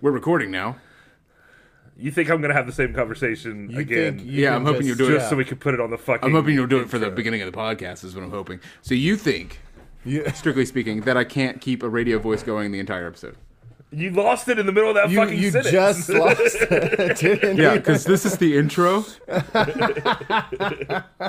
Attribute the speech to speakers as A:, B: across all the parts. A: We're recording now.
B: You think I'm gonna have the same conversation
C: You
B: again?
C: think you
A: Yeah,
C: can
A: I'm hoping
C: just-
A: you're doing
B: just so we could put it on the fucking.
A: I'm hoping you'll do it for the beginning of the podcast, is what I'm hoping. So you think,
C: Yeah.
A: strictly speaking, that I can't keep a radio voice going the entire episode?
B: You lost it in the middle of that
C: You,
B: fucking
C: you
B: sentence.
C: just lost it, didn't
A: Yeah,
C: you?
A: because this is the intro.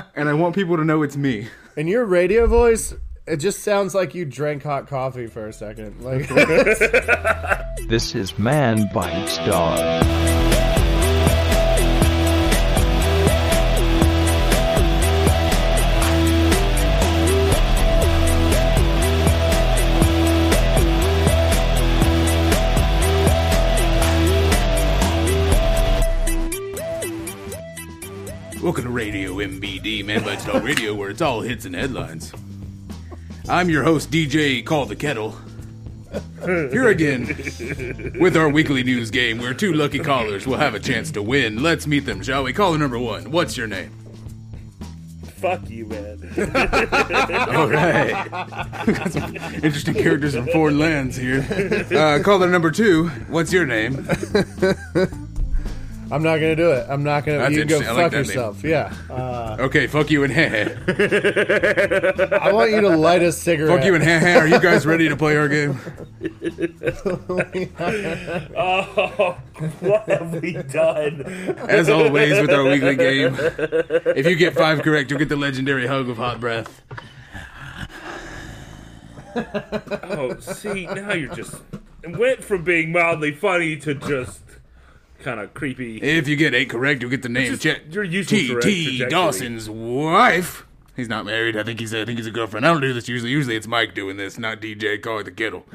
A: and I want people to know it's me.
C: And your radio voice, it just sounds like you drank hot coffee for a second. Like
D: This is Man Bites Dog.
A: Welcome to Radio MBD, Man Bites Dog Radio, where it's all hits and headlines. I'm your host, DJ Call the Kettle. Here again with our weekly news game, where two lucky callers will have a chance to win. Let's meet them, shall we? Caller number one, what's your name?
B: Fuck you, man.
A: All right. Got some interesting characters from foreign lands here. Uh, caller number two, what's your name?
C: I'm not gonna do it. I'm not gonna.
A: That's
C: you can go
A: interesting. I like
C: fuck
A: that name.
C: yourself. Yeah. Uh,
A: Okay, fuck you and heh heh.
C: I want you to light a cigarette.
A: Fuck you and heh heh. Are you guys ready to play our game?
B: what have we done?
A: As always with our weekly game, if you get five correct, you'll get the legendary hug of hot breath.
B: Oh, see, now you're just it went from being mildly funny to just kind of creepy.
A: If you get eight correct, you'll get the name
B: Just
A: check.
B: your usual
A: T
B: correct
A: T
B: trajectory.
A: Dawson's wife. He's not married. I think he's. I think he's a girlfriend. I don't do this usually. Usually it's Mike doing this, not DJ Call the Kettle.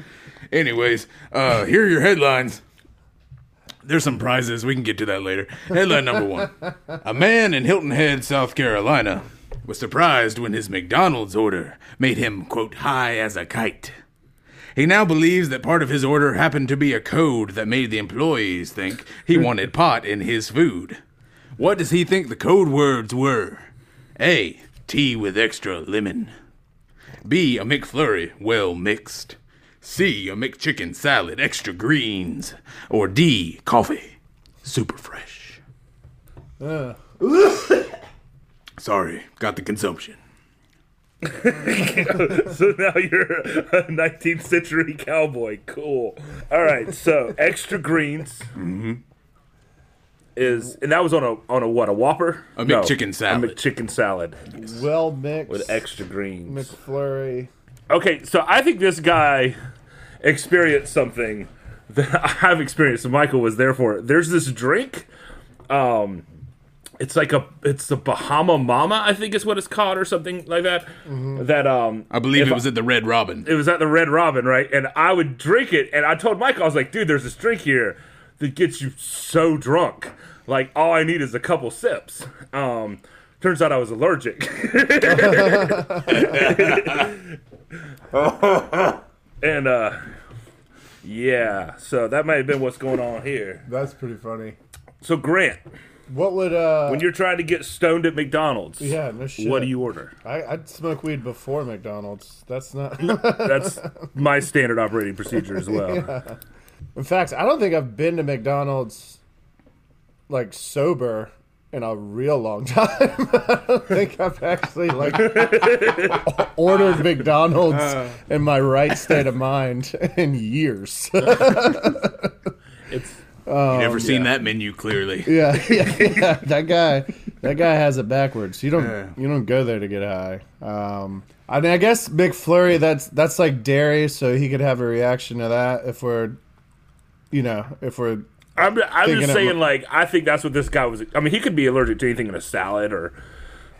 A: Anyways, uh, here are your headlines. There's some prizes. We can get to that later. Headline number one: A man in Hilton Head, South Carolina, was surprised when his McDonald's order made him quote high as a kite. He now believes that part of his order happened to be a code that made the employees think he wanted pot in his food. What does he think the code words were? A. Tea with extra lemon. B. A McFlurry, well mixed. C. A McChicken salad, extra greens. Or D. Coffee, super fresh. Sorry, got the consumption.
B: So now you're a 19th century cowboy. Cool. All right. So extra greens
C: Mm-hmm.
B: is, and that was on a on a what a Whopper?
A: A
B: No,
A: McChicken salad.
B: A McChicken salad
C: Well mixed
B: with extra greens.
C: McFlurry.
B: Okay, so I think this guy experienced something that I have experienced. And Michael was there for it. There's this drink. Um, it's like a it's the Bahama Mama, I think is what it's called, or something like that. That um,
A: I believe
B: If
A: it was at the Red Robin.
B: it was at the Red Robin, right? And I would drink it, and I told Michael, I was like, dude, there's this drink here that gets you so drunk. Like, all I need is a couple sips. Um, turns out I was allergic. and, uh, yeah, so that might have been what's going on here.
C: That's pretty funny.
B: So, Grant,
C: What would uh?
B: when you're trying to get stoned at McDonald's,
C: yeah, no shit.
B: what do you order?
C: I, I'd smoke weed before McDonald's. That's not.
B: That's my standard operating procedure as well.
C: In fact, I don't think I've been to McDonald's like sober in a real long time. I don't think I've actually like ordered McDonald's in my right state of mind in years.
B: It's.
A: you never seen that menu clearly.
C: yeah, yeah, yeah, that guy, that guy has it backwards. You don't,
A: Yeah.
C: you don't go there to get high. Um, I mean, I guess McFlurry. That's that's like dairy, so he could have a reaction to that if we're, you know, if we're
B: I'm, I'm
C: Thinking
B: just
C: of-
B: saying, like, I think that's what this guy was. I mean, he could be allergic to anything in a salad or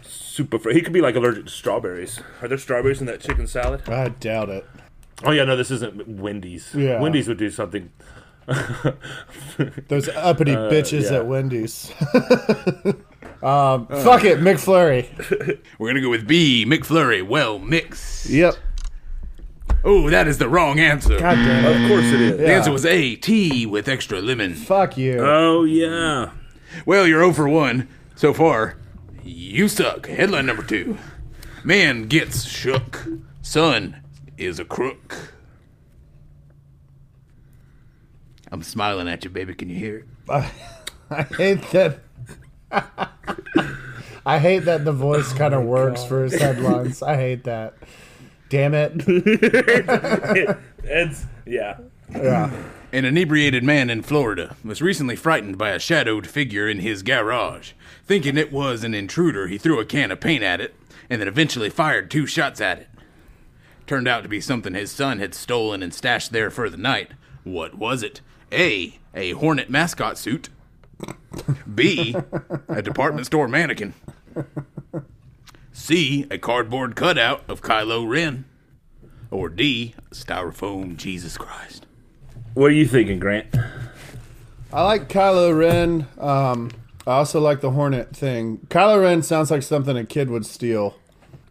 B: super. Fr- he could be like allergic to strawberries. Are there strawberries in that chicken salad?
C: I doubt it.
B: Oh yeah, no, this isn't Wendy's.
C: Yeah.
B: Wendy's would do something.
C: Those uppity bitches
B: Uh, yeah.
C: at Wendy's. um, fuck it, McFlurry.
A: We're gonna go with B. McFlurry, well mixed.
C: Yep.
A: Oh, that is the wrong answer.
C: God damn it.
B: Of course it is.
A: the
C: yeah.
A: answer was A, tea with extra lemon.
C: Fuck you.
B: Oh yeah.
A: Well, you're 0 for 1 so far. You suck. Headline number two Man gets shook. Son is a crook. I'm smiling at you, baby. Can you hear it?
B: Uh.
C: I hate that. I hate that the
B: Oh
C: voice kind of works for his headlines. I hate that. Damn it.
B: it's yeah.
A: An inebriated man in Florida was recently frightened by a shadowed figure in his garage. Thinking it was an intruder, he threw a can of paint at it and then eventually fired two shots at it. Turned out to be something his son had stolen and stashed there for the night. What was it? A. A Hornet mascot suit. B. A department store mannequin. C. A cardboard cutout of Kylo Ren. Or D. Styrofoam Jesus Christ.
B: What are you thinking, Grant?
C: I like Kylo Ren. Um, I also like the Hornet thing. Kylo Ren sounds like something a kid would steal.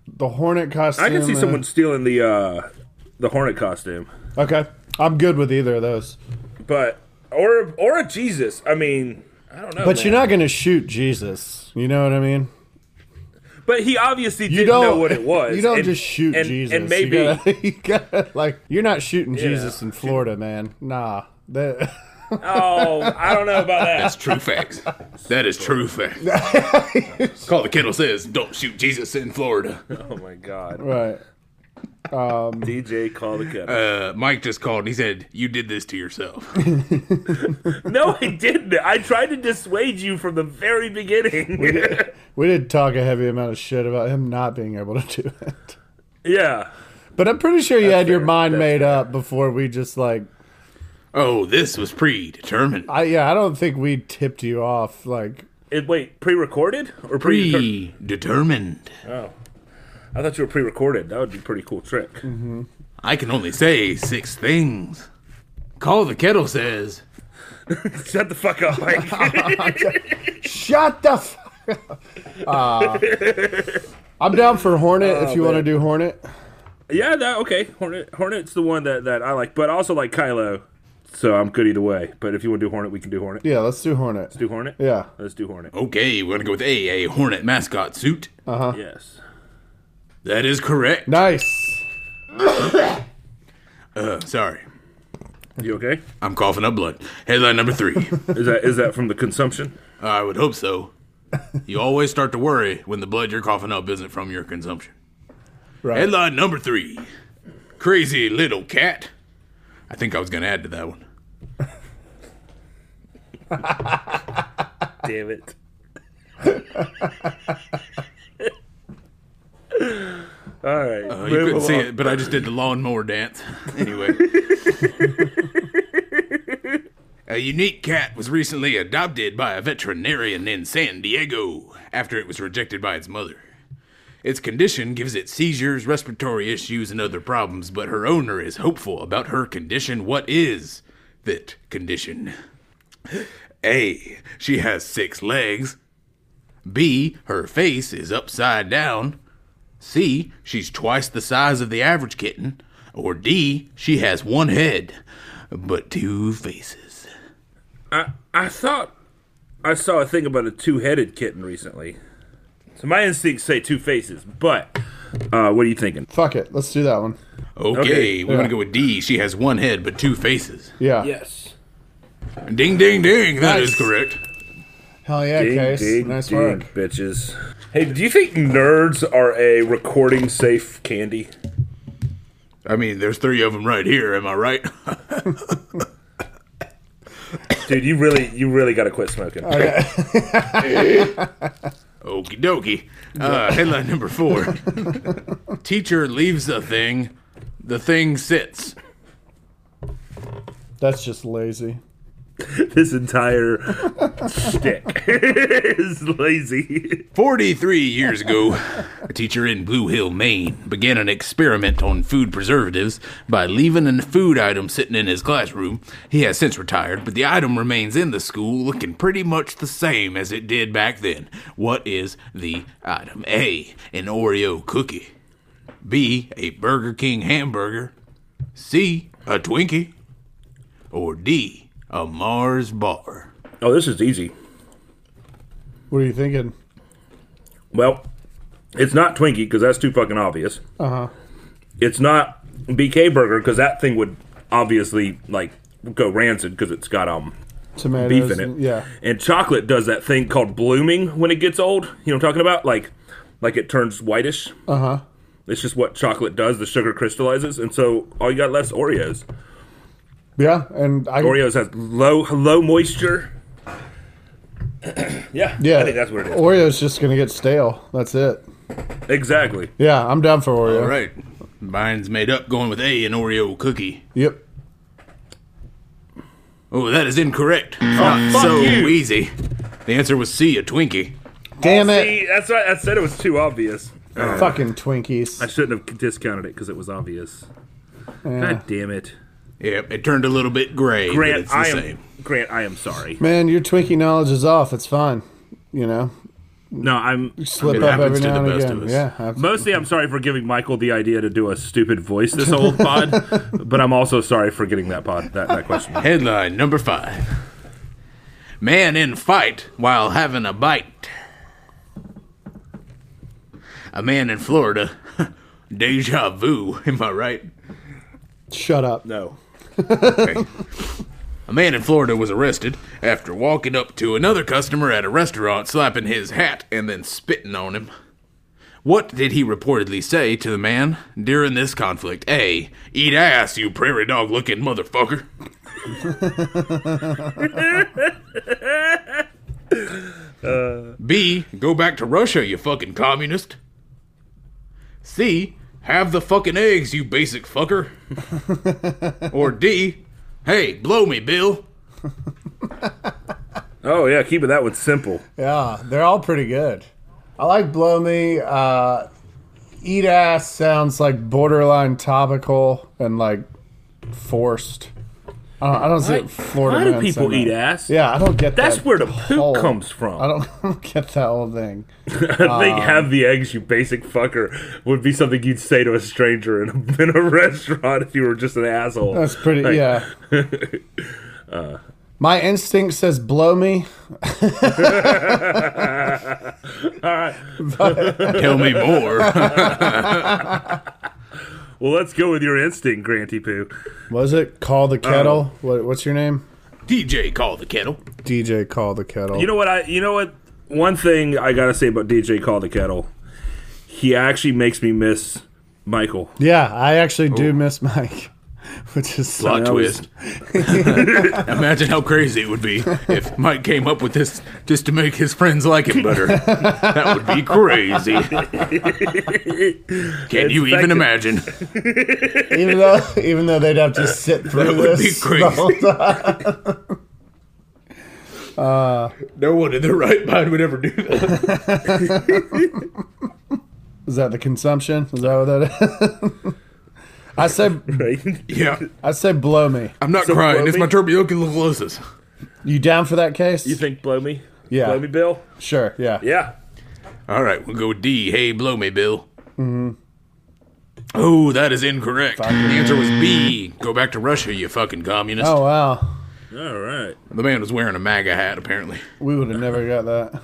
C: The Hornet costume.
B: I can see
C: uh,
B: someone stealing the uh the Hornet costume.
C: Okay. I'm good with either of those.
B: But or or a Jesus. I mean, I don't know.
C: But you're
B: Oh, man.
C: not going to shoot Jesus. You know what I mean?
B: But he obviously
C: You
B: didn't
C: don't
B: know what it was.
C: You don't
B: and-
C: just shoot
B: and,
C: Jesus.
B: And maybe
C: you gotta, you gotta, like you're not shooting Jesus
B: Yeah.
C: in Florida, man. Nah, that,
B: oh, I don't know about that.
A: That's true facts. That is true fact. Call the kettle says, "Don't shoot Jesus in Florida."
B: Oh my God.
C: right.
B: DJ, call the kettle.
A: Uh, Mike just called. and He said, "You did this to yourself."
B: No, I didn't. I tried to dissuade you from the very beginning.
C: We did talk a heavy amount of shit about him not being able to do it,
B: yeah.
C: but I'm pretty sure you had your
B: fair.
C: mind
B: That's
C: made up before we just like.
A: Oh, this was predetermined.
C: I yeah, I don't think we tipped you off. Like
B: It, wait, pre-recorded or pre?
A: Predetermined.
B: I thought you were pre-recorded. That would be a pretty cool trick.
A: I can only say six things. Call the kettle says,
B: Shut the fuck up, Mike.
C: shut the. F- uh, I'm down for Hornet
B: Oh,
C: if you want to do Hornet.
B: yeah, that okay. Hornet, Hornet's the one that, that I like, but I also like Kylo. So I'm good either way. But if you want to do Hornet, we can do Hornet.
C: Yeah, let's do Hornet.
B: Do Hornet.
C: Yeah,
B: Let's do Hornet.
A: "Okay, we're gonna go with A, a Hornet mascot suit."
B: Yes.
A: That is correct.
C: nice.
A: Uh, sorry,
B: You okay?
A: I'm coughing up blood. Headline number three.
B: Is that is that from the consumption?
A: I would hope so. You always start to worry when the blood you're coughing up isn't from your consumption.
C: Right.
A: Headline number three Crazy Little Cat. I think I was going to add to that one.
B: Damn it. All right.
A: Uh, you couldn't see it, but I just did the lawnmower dance. Anyway. a unique cat was recently adopted by a veterinarian in San Diego after it was rejected by its mother. Its condition gives it seizures, respiratory issues, and other problems, but her owner is hopeful about her condition. What is that condition? A. She has six legs. B. Her face is upside down. C. She's twice the size of the average kitten. Or D. She has one head, but two faces.
B: I, I thought I saw a thing about a two-headed kitten recently. So my instincts say two faces, but uh, what are you thinking?
C: Fuck it. Let's do that one.
A: Okay,
B: Okay,
A: we're gonna go with D. She has one head, but two faces.
C: Yeah.
B: Yes.
A: Ding, ding, ding. That is
C: Nice.
A: correct.
C: Hell yeah,
B: Ding,
C: Case.
B: ding,
C: nice
B: ding,
C: work.
B: bitches. Hey, do you think nerds are a recording safe candy?
A: I mean, there's three of them right here. Am I right?
B: Dude, you really you really got to quit smoking.
C: Oh,
A: Okie dokie. Uh, headline number four Teacher leaves a thing, the thing sits.
C: That's just lazy.
B: This entire stick is lazy.
A: 43 years ago, a teacher in Blue Hill, Maine, began an experiment on food preservatives by leaving a food item sitting in his classroom. He has since retired, but the item remains in the school looking pretty much the same as it did back then. What is the item? A. An Oreo cookie. B. A Burger King hamburger. C. A Twinkie. Or D. A Mars bar.
B: Oh, this is easy.
C: What are you thinking?
B: Well, it's not Twinkie because that's too fucking obvious.
C: Uh-huh.
B: Uh huh. It's not BK Burger because that thing would obviously like go rancid because it's got um
C: Tomatoes.
B: beef in it.
C: and- Yeah.
B: And chocolate does that thing called blooming when it gets old. You know what I'm talking about? Like like it turns whitish.
C: Uh huh.
B: It's just what chocolate does. The sugar crystallizes, and so all you got left is Oreos.
C: Yeah, and I
B: Oreos has low low moisture. yeah,
C: yeah,
B: I think that's what it is.
C: Oreo's just gonna get stale. That's it.
B: Exactly.
C: Yeah, I'm down for Oreo.
A: All right. Mine's made up going with A and Oreo cookie.
C: Yep.
A: Oh, that is incorrect. Not
B: Oh, fuck
A: so
B: you.
A: easy. The answer was C, a Twinkie.
C: Damn it!
B: See, that's right. I said it was too obvious.
C: Fucking
B: I
C: Twinkies.
B: shouldn't have discounted it because it was obvious. God damn it,
A: Yep, it turned a little bit gray, but
B: Grant!
A: it's the
B: I am
A: same.
B: Grant. I am sorry.
C: Man, your Twinkie knowledge is off. It's fine. You know,
B: No, I'm
C: slip
A: It
C: up
A: happens
C: every
A: to
C: now
A: the
C: and
A: best
C: again.
A: of us.
C: Yeah. abs-
B: mostly I'm sorry for giving Michael the idea to do a stupid voice this whole pod, but I'm also sorry for getting that pod that, that question.
A: Headline number five Man in fight while having a bite. A man in Florida. Deja vu, am I right?
C: Shut up.
B: No.
A: A man in Florida was arrested after walking up to another customer at a restaurant, slapping his hat, and then spitting on him. What did he reportedly say to the man during this conflict? A. Eat ass, you prairie dog looking motherfucker. B. Go back to Russia, you fucking communist. C. Have the fucking eggs, you basic fucker. or D. Hey, blow me, Bill.
B: Oh yeah, keeping that one simple.
C: Yeah, they're all pretty good. I like Blow Me. Uh, Eat Ass sounds like borderline topical and like forced. I don't, I don't see it. Florida
B: Why do
C: man saying
B: people
C: that.
B: eat ass?
C: Yeah, I don't get that.
B: That's where the poop
C: whole-
B: comes from.
C: I don't, Ah. I don't get that whole thing.
B: I think have the eggs, you basic fucker, would be something you'd say to a stranger in a, in a restaurant if you were just an asshole.
C: That's pretty.
B: Like,
C: Yeah.
B: Uh.
C: My instinct says blow me.
A: Tell me more.
B: Well, let's go with your instinct, Granty Poo.
C: Was it call the
B: Oh.
C: kettle? what, what's your name?
A: DJ, call the kettle.
C: DJ call the kettle.
B: You know what? I you know what? One thing I gotta say about DJ Call the Kettle, he actually makes me miss Michael.
C: yeah, I actually
B: Oh.
C: do miss Mike, which is so
A: Plot
B: that was-
A: twist. Imagine how crazy it would be if Mike came up with this just to make his friends like him better. That would be crazy. Can you even
B: fact-
A: imagine?
C: even though even though they'd have to sit through
A: That would
C: this
A: be
C: the whole
A: crazy.
C: time.
A: No one in their right mind would ever do that.
C: Is that the consumption? Is that what that is? I say
B: Right?
A: Yeah,
C: I say blow me.
A: I'm not
B: So
A: crying. It's my tuberculosis.
C: You down for that case?
B: You think blow me?
C: Yeah.
B: Blow me, Bill.
C: Sure. Yeah.
B: Yeah.
A: All right, we'll go with D. Hey, blow me, Bill. Mm-hmm. Oh, that is incorrect. The answer was B. Go back to Russia, you fucking communist.
C: Oh wow.
B: All right.
A: The man was wearing a MAGA hat, apparently.
C: We would have never got that.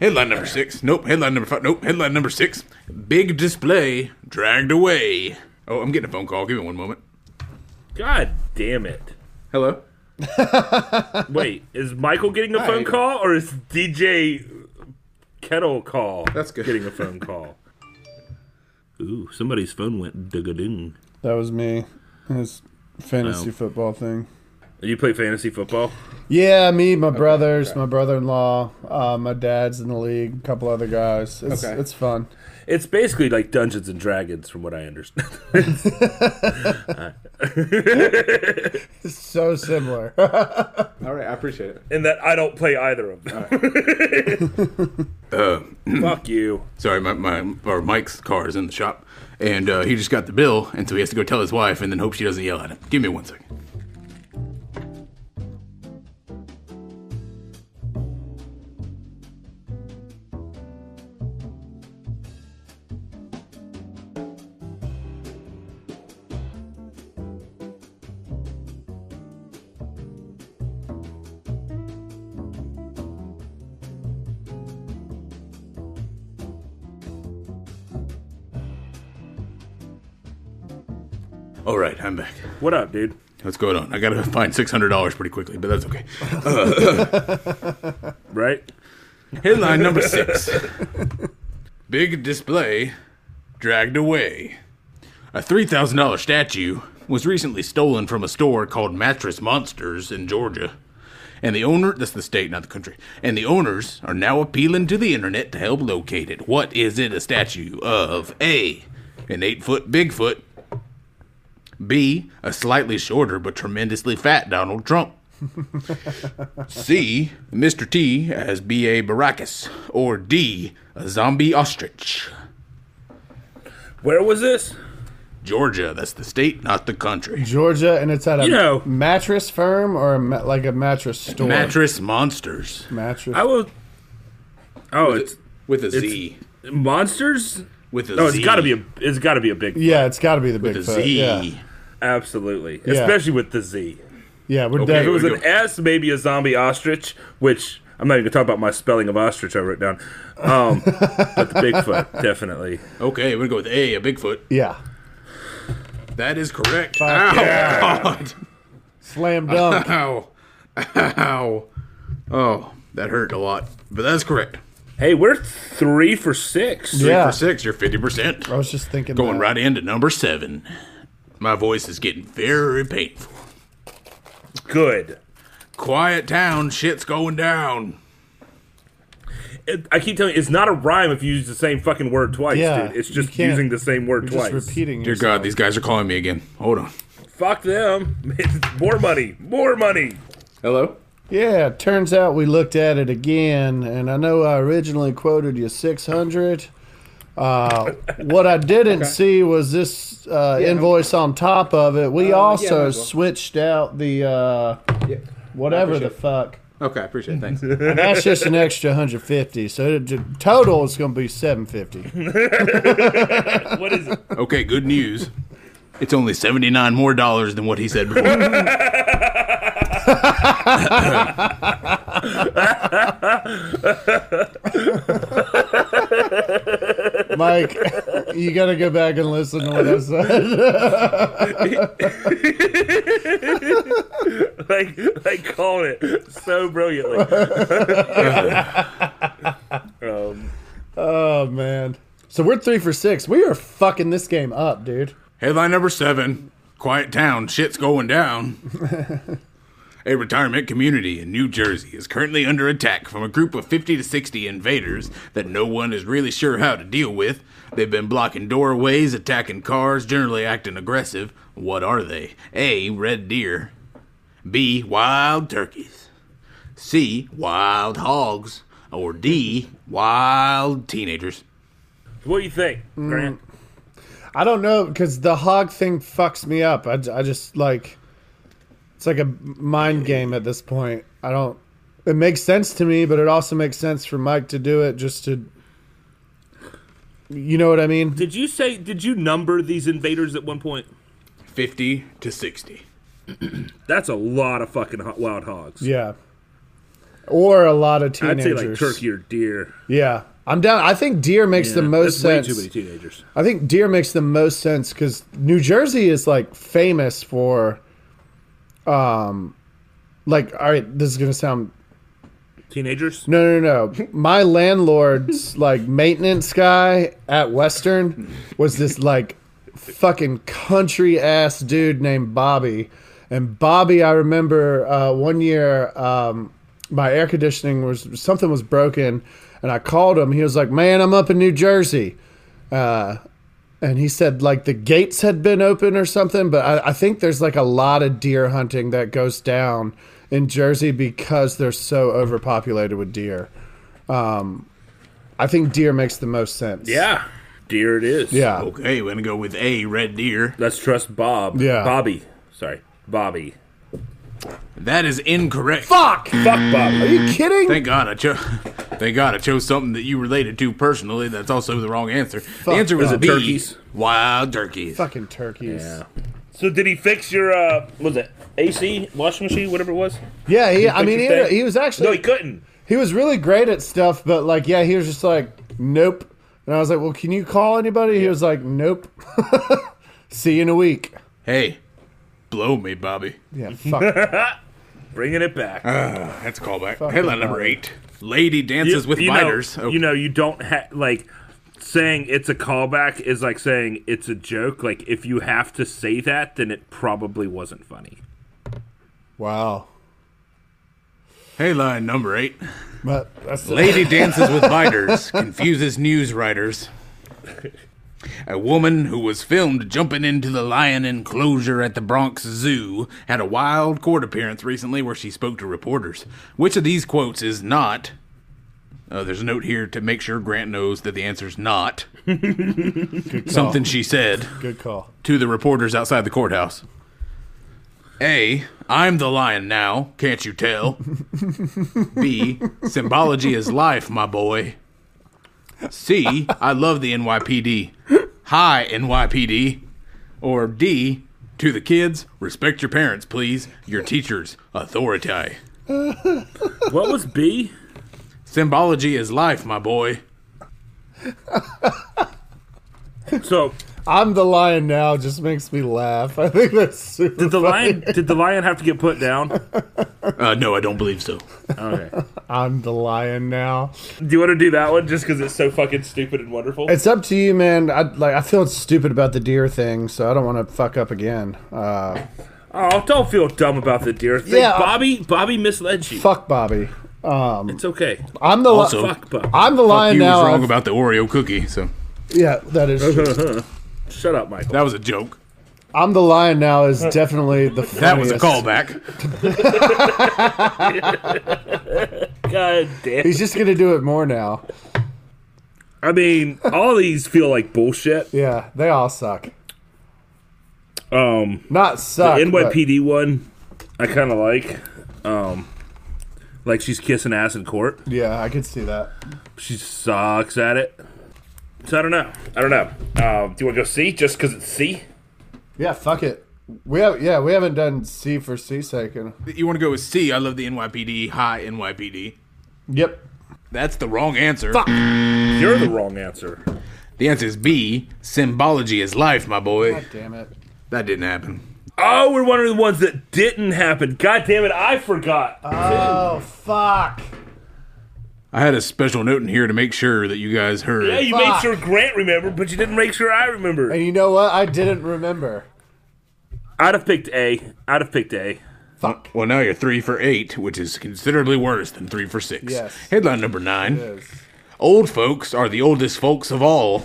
A: Headline number six. Nope. Headline number five. Nope. Headline number six. Big display dragged away. Oh, I'm getting a phone call. Give me one moment.
B: God damn it.
A: Hello.
B: Wait, is Michael getting a
A: Hi.
B: phone call or is DJ Kettle Call
A: That's good.
B: getting a phone call? Ooh, somebody's phone went ding.
C: That was me. This fantasy
B: No.
C: football thing.
B: You play fantasy football?
C: Yeah, me, my brothers, my brother-in-law, uh, my dad's in the league, a couple other guys. It's
A: Okay.
C: it's fun.
B: It's basically like Dungeons and Dragons, from what I understand.
C: It's so similar.
A: All right. I appreciate it.
B: In that I don't play either of them. Fuck you.
A: Sorry, my, my or Mike's car is in the shop, and uh, he just got the bill, and so he has to go tell his wife, and then hope she doesn't yell at him. Give me one second. All right, I'm back.
B: What up, dude?
A: What's going on? I gotta find six hundred dollars pretty quickly, but that's okay. Uh,
B: right?
A: Headline number six: Big display dragged away. A three thousand dollar statue was recently stolen from a store called Mattress Monsters in Georgia, and the owner—that's the state, not the country—and the owners are now appealing to the internet to help locate it. What is it? A statue of a an eight-foot Bigfoot. B, a slightly shorter but tremendously fat Donald Trump. C, Mr. T as B.A. Baracus. Or D, a zombie ostrich.
B: Where was this?
A: Georgia, that's the state, not the country.
C: Georgia, and it's at a
B: You know-
C: mattress firm or a ma- like a mattress store.
A: Mattress monsters.
C: mattress.
B: I will. Oh, it's
A: With a Z.
B: monsters.
A: With a
B: No,
A: Z.
B: it's got to be a. It's got to be a big.
C: yeah, it's got to be the
A: a
C: Bigfoot.
A: Z.
C: Yeah,
B: Absolutely,
C: Yeah.
B: especially with the Z.
C: yeah, we're
A: Okay,
B: If it was
A: we
C: dead.
A: go.
B: an S, maybe a zombie ostrich, which I'm not even gonna talk about my spelling of ostrich I wrote down. Um, but the Bigfoot, definitely.
A: Okay, we're going to go with A, a Bigfoot.
C: Yeah,
A: That is correct.
C: Fuck
A: Ow, God.
C: slam dunk.
A: Ow. Ow. Oh, that hurt a lot. But that's correct.
B: Hey, we're three for six.
A: Three
C: Yeah.
A: for six, you're 50%.
C: I was just thinking.
A: Going
C: that.
A: right into number seven. My voice is getting very painful.
B: Good.
A: Quiet town, shit's going down.
B: It- I keep telling you, it's not a rhyme if you use the same fucking word twice,
C: Yeah,
B: dude. It's
C: you
B: just
C: can't-
B: using the same word
C: You're
B: twice.
C: just repeating.
A: Dear
C: yourself.
A: God, these guys are calling me again. Hold on.
B: Fuck them. more money. More money.
A: Hello?
C: Yeah, turns out we looked at it again, and I know I originally quoted you 600. Uh, what I didn't see was this uh, invoice on top of it. We also
A: Uh, might as well.
C: switched out the uh,
A: Yeah.
C: whatever the
A: appreciate it.
C: fuck.
A: Okay, I appreciate it. Thanks.
C: And that's just an extra 150. So the total is going to be 750.
B: What is it?
A: okay, good news. It's only 79 more dollars than what he said before.
C: Mike, you got to go back and listen to what I said.
B: like they called it so brilliantly. um,
C: Oh, man. So we're three for six. We are fucking this game up, dude.
A: Headline number seven Quiet town, shit's going down. A retirement community in New Jersey is currently under attack from a group of 50 to 60 invaders that no one is really sure how to deal with. They've been blocking doorways, attacking cars, generally acting aggressive. What are they? A. Red deer. B. Wild turkeys. C. Wild hogs. Or D. Wild teenagers.
B: what do you think,
C: Mm.
B: Grant?
C: I don't know because the hog thing fucks me up. I, I just like it's like a mind game at this point. I don't. It makes sense to me, but it also makes sense for Mike to do it just to. You know what I mean?
B: Did you say? Did you number these invaders at one point?
A: 50 to 60.
B: That's a lot of fucking ho- wild hogs.
C: Yeah. Or a lot of
B: I'd
C: teenagers.
B: say like turkey or deer.
C: Yeah, I'm down. I think deer makes the
B: Yeah,
C: most
B: that's way
C: sense.
B: too many teenagers.
C: I think deer makes the most sense because New Jersey is like famous for, um, like all right, this is gonna sound
B: Teenagers.
C: No, no, no. My landlord's like maintenance guy at Western was this like fucking country ass dude named Bobby. And Bobby, I remember uh, one year um, my air conditioning was something was broken, and I called him. He was like, "Man, I'm up in New Jersey." Uh, and he said like the gates had been open or something but I, I think there's like a lot of deer hunting that goes down in jersey because they're so overpopulated with deer um, i think deer makes the most sense
B: Yeah, deer it is.
C: yeah
A: Okay, we're gonna go with A, red deer.
B: Let's trust Bob.
C: Yeah.
B: Bobby. Sorry, Bobby.
A: That is incorrect.
C: fuck
B: Fuck
C: are
B: Bobby.
C: you kidding
A: Thank God I chose. Thank God I chose something that you related to personally. That's also the wrong answer. the answer was
B: Bob.
A: B.
B: Turkeys?
A: Wild turkeys.
C: fucking turkeys yeah,
B: So did he fix your uh? what Was it AC washing machine? Whatever it was.
C: he, i
B: fix
C: mean
B: your
C: he,
B: thing?
C: he was actually
B: No, he couldn't.
C: he was really great at stuff but like yeah he was just like nope and i was like well can you call anybody he was like nope see you in a week
A: Hey, blow me, Bobby.
C: Yeah, fuck.
B: Bringing it back.
A: That's a callback. Headline number eight: Lady dances with
B: you
A: biters.
B: Know,
A: Oh,
B: You know, you don't have like saying it's a callback is like saying it's a joke. Like if you have to say that, then it probably wasn't funny.
C: wow.
A: headline number eight:
C: But that's
A: Lady dances with biters confuses news writers. A woman who was filmed jumping into the lion enclosure at the Bronx Zoo had a wild court appearance recently where she spoke to reporters. Which of these quotes is not? Uh, there's a note here to make sure Grant knows that the answer's not. Something she said.
C: good call.
A: to the reporters outside the courthouse. A. I'm the lion now, can't you tell? B. Symbology is life, my boy. C. I love the NYPD. Hi, NYPD. Or D. To the kids, respect your parents, please. Your teachers, authority.
B: What was B?
A: Symbology is life, my boy.
B: So
C: I'm the lion now. Just makes me laugh. I think that's super.
B: did the lion? Did the lion have to get put down?
A: Uh, no, I don't believe so.
B: Okay.
C: I'm the lion now.
B: Do you want to do that one just because it's so fucking stupid and wonderful?
C: It's up to you, man. I like. I feel stupid about the deer thing, so I don't want to fuck up again. Uh,
B: Oh, don't feel dumb about the deer thing.
C: Yeah.
B: Bobby, Bobby misled you.
C: fuck Bobby. Um,
B: It's okay.
C: I'm the.
A: Also-
C: lion.
B: Fuck Bobby.
C: I'm the
A: You
C: lion now.
A: was wrong
C: I've-
A: about the Oreo cookie, so
C: yeah, that is. true.
B: Shut up, Michael.
A: that was a joke.
C: I'm the lion now is definitely the. Funniest.
A: That was a callback.
B: God damn.
C: He's just gonna do it more now.
B: I mean, all these feel like bullshit.
C: Yeah, they all suck.
B: Um,
C: Not suck. but-
B: NYPD one, I kind of like. Um, like she's kissing ass in court.
C: Yeah, I could see that.
B: She sucks at it. So I don't know. I don't know. Um, do you want to go C just because it's C?
C: Yeah, fuck it. We have yeah, we haven't done C for C second.
A: You want to go with C? I love the NYPD. Hi, NYPD.
C: Yep.
A: That's the wrong answer.
B: You're the wrong answer.
A: The answer is B. Symbology is life, my boy.
C: God damn it.
A: That didn't happen.
B: Oh, we're one of the ones that didn't happen. God damn it, I forgot.
C: Oh fuck.
A: I had a special note in here to make sure that you guys heard.
B: yeah, you made
C: fuck.
B: sure Grant remembered, but you didn't make sure I remembered.
C: And you know what? I didn't remember.
B: I'd have picked A. I'd have picked A.
C: Fuck.
A: Well, now you're three for eight, which is considerably worse than three for six.
C: Yes.
A: Headline number nine
C: Yes.
A: Old folks are the oldest folks of all.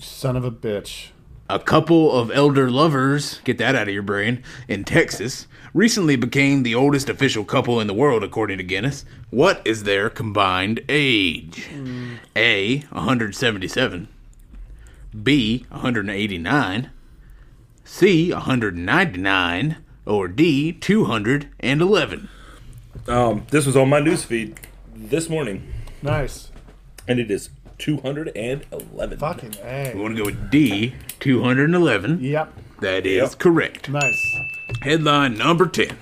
C: Son of a bitch.
A: A couple of elder lovers, get that out of your brain, in Texas recently became the oldest official couple in the world, according to Guinness. What is their combined age? A. 177. B. 189. C. 199. Or D. 211.
B: Um, this was on my newsfeed this morning,
C: Nice.
B: and it is 211.
C: Fucking
A: We
C: A.
A: want to go with D. 211.
C: Yep.
A: That is
B: Yep.
A: correct.
C: Nice.
A: Headline number 10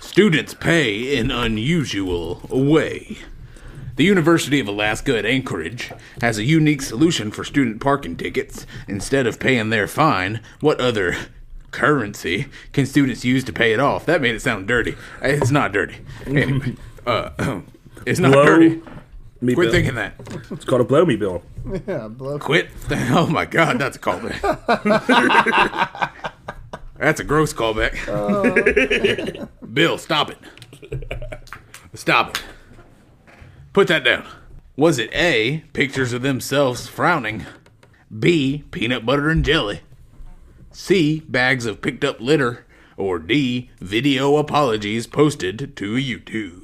A: Students pay in unusual way. The University of Alaska at Anchorage has a unique solution for student parking tickets. Instead of paying their fine, what other currency can students use to pay it off? That made it sound dirty. It's not dirty. Anyway, uh, it's not
B: Blow
A: dirty.
B: me
A: Quit
B: bill.
A: thinking that.
B: It's called a blow me bill.
C: Yeah, blow.
A: Quit. Oh my God, that's a callback. that's a gross callback. Bill, stop it. Stop it. Put that down. Was it A, pictures of themselves frowning? B, peanut butter and jelly? C, bags of picked up litter? Or D, video apologies posted to YouTube?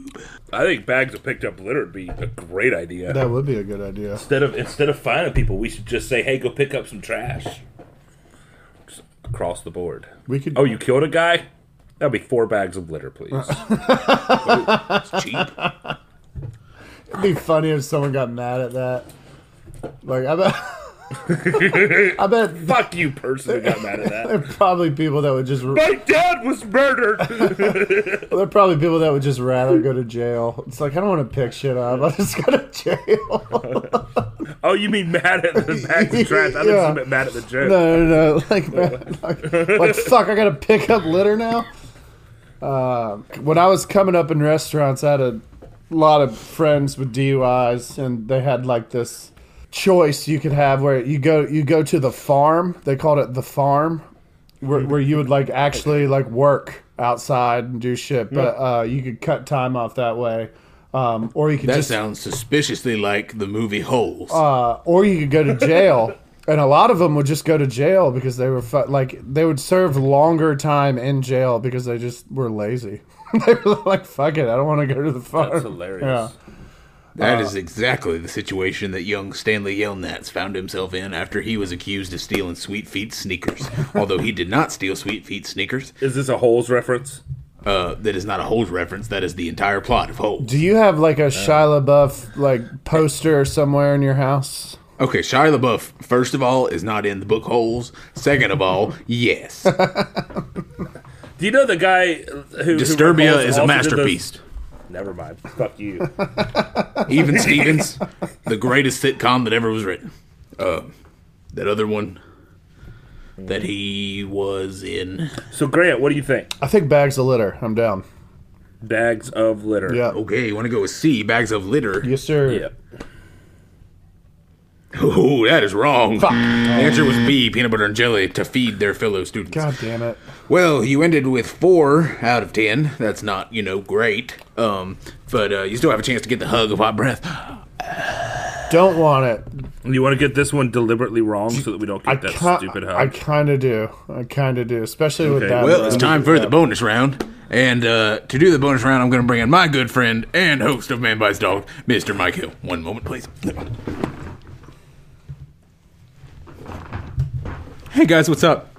B: I think bags of picked up litter would be a great idea.
C: That would be a good idea.
B: Instead of instead of finding people, we should just say, "Hey, go pick up some trash." Just across the board.
C: We could
B: Oh, you killed a guy? That'd be four bags of litter, please.
A: It's cheap.
C: It'd be funny if someone got mad at that. Like I bet I bet there
B: Fuck you, person who got mad at that.
C: are probably people that would just there
B: My dad was murdered.
C: are probably people that would just rather go to jail. It's like I don't want to pick shit up. I just go to jail.
B: oh, you mean mad at the back of trash? I didn't
C: Yeah.
B: you meant mad at the joke.
C: no, no, no. Like, man, like, like, fuck, I gotta pick up litter now. Um, when I was coming up in restaurants, I had a lot of friends with DUIs, and they had like this choice you could have where you go you go to the farm. They called it the farm, where, where you would like actually like work outside and do shit, but uh, you could cut time off that way. Um, or you could
A: That
C: just
A: sounds suspiciously like the movie Holes.
C: uh, or you could go to jail. and a lot of them would just go to jail because they were fu- like they would serve longer time in jail because they just were lazy. they were like, "Fuck it, I don't want to go to the farm."
B: That's hilarious.
C: Yeah.
A: That is exactly the situation that young Stanley Yelnats found himself in after he was accused of stealing Sweet Feet sneakers. Although he did not steal Sweet Feet sneakers,
B: Is this a holes reference?
A: uh, that is not a Holes reference. That is the entire plot of Holes.
C: Do you have like a Shia LaBeouf like poster somewhere in your house?
A: Okay, Shia LaBeouf, first of all, is not in the book Holes. Second of all, yes.
B: Do you know the guy who who
A: Disturbia
B: also
A: is a
B: did those-
A: masterpiece.
B: Never mind. Fuck you.
A: Even Stevens, the greatest sitcom that ever was written. Uh, that other one that he was in.
B: so Grant, what do you think?
C: I think bags of litter. I'm down.
B: Bags of litter.
C: Yeah.
A: Okay, you want to go with C, Bags of Litter.
C: Yes, sir.
B: Oh. Yeah.
A: Oh, that is wrong. The answer was B, peanut butter and jelly to feed their fellow students.
C: God damn it.
A: Well, you ended with four out of ten. That's not, you know, great. Um, but uh, you still have a chance to get the hug of hot breath.
C: Don't want it.
B: You want to get this one deliberately wrong so that we don't get
C: I
B: that stupid
C: kind. I
B: hug.
C: kind of do. I kind of do, especially with
B: Okay.
C: that.
A: Well, it's time for the bonus round. And uh, to do the bonus round, I'm going to bring in my good friend and host of Man Bites Dog, Mr. Mike Hill. One moment, please.
E: Hey guys, what's up?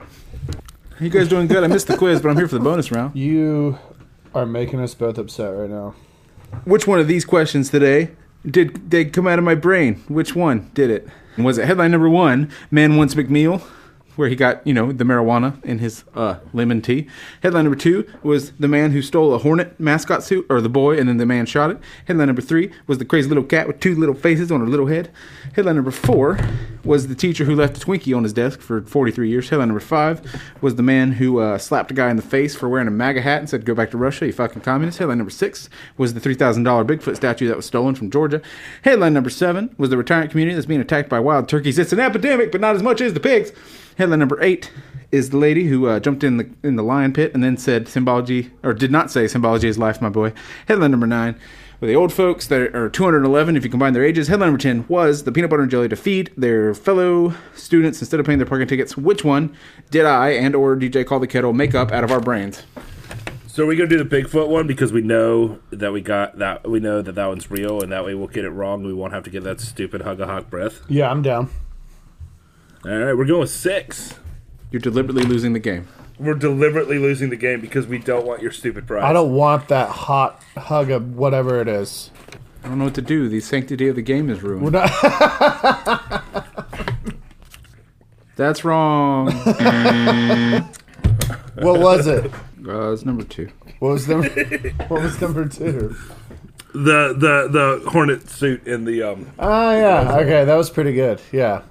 E: You guys doing good? I missed the quiz, but I'm here for the bonus round.
C: You are making us both upset right now.
E: Which one of these questions today did they come out of my brain? Which one did it? Was it headline number one, Man Wants McMeal, where he got, you know, the marijuana in his uh, lemon tea? Headline number two was the man who stole a hornet mascot suit, or the boy, and then the man shot it. Headline number three was the crazy little cat with two little faces on her little head. Headline number four was the teacher who left a Twinkie on his desk for 43 years. Headline number five was the man who uh, slapped a guy in the face for wearing a MAGA hat and said, Go back to Russia, you fucking communist. Headline number six was the $3,000 Bigfoot statue that was stolen from Georgia. Headline number seven was the retirement community that's being attacked by wild turkeys. It's an epidemic, but not as much as the pigs. Headline number eight is the lady who uh, jumped in the in the lion pit and then said symbology or did not say symbology is life, my boy. Headline number nine were the old folks that are 211 if you combine their ages. Headline number 10 was the peanut butter and jelly to feed their fellow students instead of paying their parking tickets. Which one did I and or DJ Call the Kettle make up out of our brains?
B: So are we gonna do the Bigfoot one because we know that we got that we know that that one's real and that way we'll get it wrong. We won't have to get that stupid hug a hawk breath.
C: Yeah, I'm down.
B: All right, we're going with six.
E: You're deliberately losing the game.
B: We're deliberately losing the game because we don't want your stupid prize.
C: I don't want that hot hug of whatever it is.
E: I don't know what to do. The sanctity of the game is ruined.
C: not-
E: That's wrong. uh,
C: What was it?
E: it's number two.
C: What was number? What was number two?
B: the the the hornet suit in the um.
C: Ah, yeah. Okay, that was pretty good. Yeah,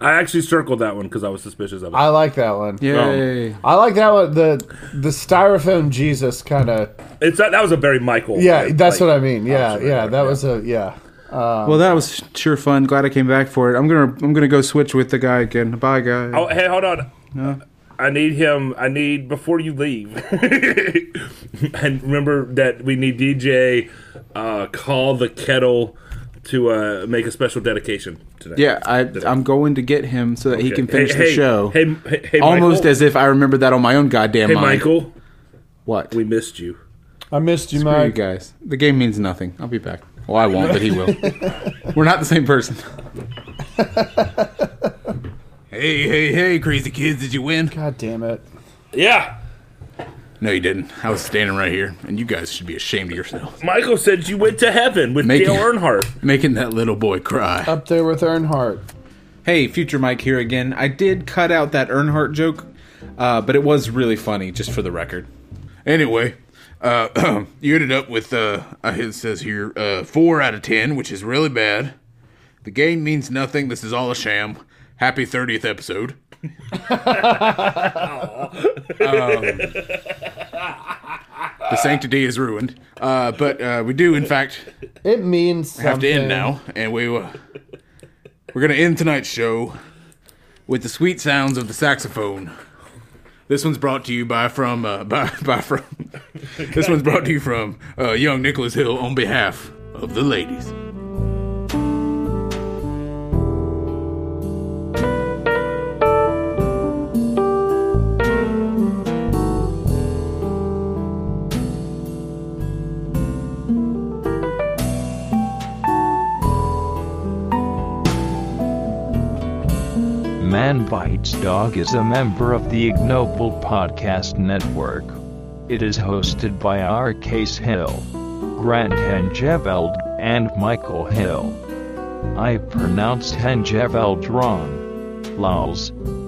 B: I actually circled that one because I was suspicious of it.
C: I like that one.
E: Yay.
C: I like that one. The the styrofoam Jesus kind of.
B: It's that, that was a very Michael.
C: Yeah, that's
B: like,
C: what I mean. Yeah,
B: observation,
C: yeah. That
B: yeah.
C: was a yeah.
B: Um,
E: well, that was sure fun. Glad I came back for it. I'm gonna I'm gonna go switch with the guy again. Bye, guy.
B: Oh, hey, hold on. I need him. I need before you leave. and remember that we need DJ uh, call the kettle to uh, make a special dedication today.
E: Yeah, I, I'm going to get him so that he
B: Okay.
E: can finish
B: Hey,
E: the
B: hey,
E: show.
B: Hey, m- hey, hey
E: Almost
B: Michael.
E: as if I remembered that on my own goddamn
B: Hey,
E: mind.
B: Michael,
E: What?
B: we missed you.
C: I missed you,
E: Screw you
C: Mike.
E: guys. The game means nothing. I'll be back. Well, I won't, but he will. We're not the same person.
A: Hey, hey, hey, crazy kids, did you win?
C: God damn it.
B: Yeah,
A: No, you didn't. I was standing right here, and you guys should be ashamed of yourselves.
B: Michael said you went to heaven with
E: Make-
B: Dale Earnhardt.
A: Making that little boy cry.
C: Up there with Earnhardt.
E: Hey, future Mike here again. I did cut out that Earnhardt joke, uh, but it was really funny, just for the record.
A: Anyway, uh, you ended up with uh, uh, it says here uh, four out of ten, which is really bad. The game means nothing. This is all a sham. Happy thirtieth episode. Um, the sanctity is ruined, uh, but uh, we do, in fact,
C: It means something.
A: have to end now, and we uh, we're gonna end tonight's show with the sweet sounds of the saxophone. This one's brought to you by from uh, by by from. this one's brought to you from uh, young Nicholas Hill on behalf of the ladies.
D: Man Bites Dog is a member of the Ignoble Podcast Network. It is hosted by R. Case Hill, Grant Hengeveld, and Michael Hill. I pronounce Hengeveld wrong. Lols.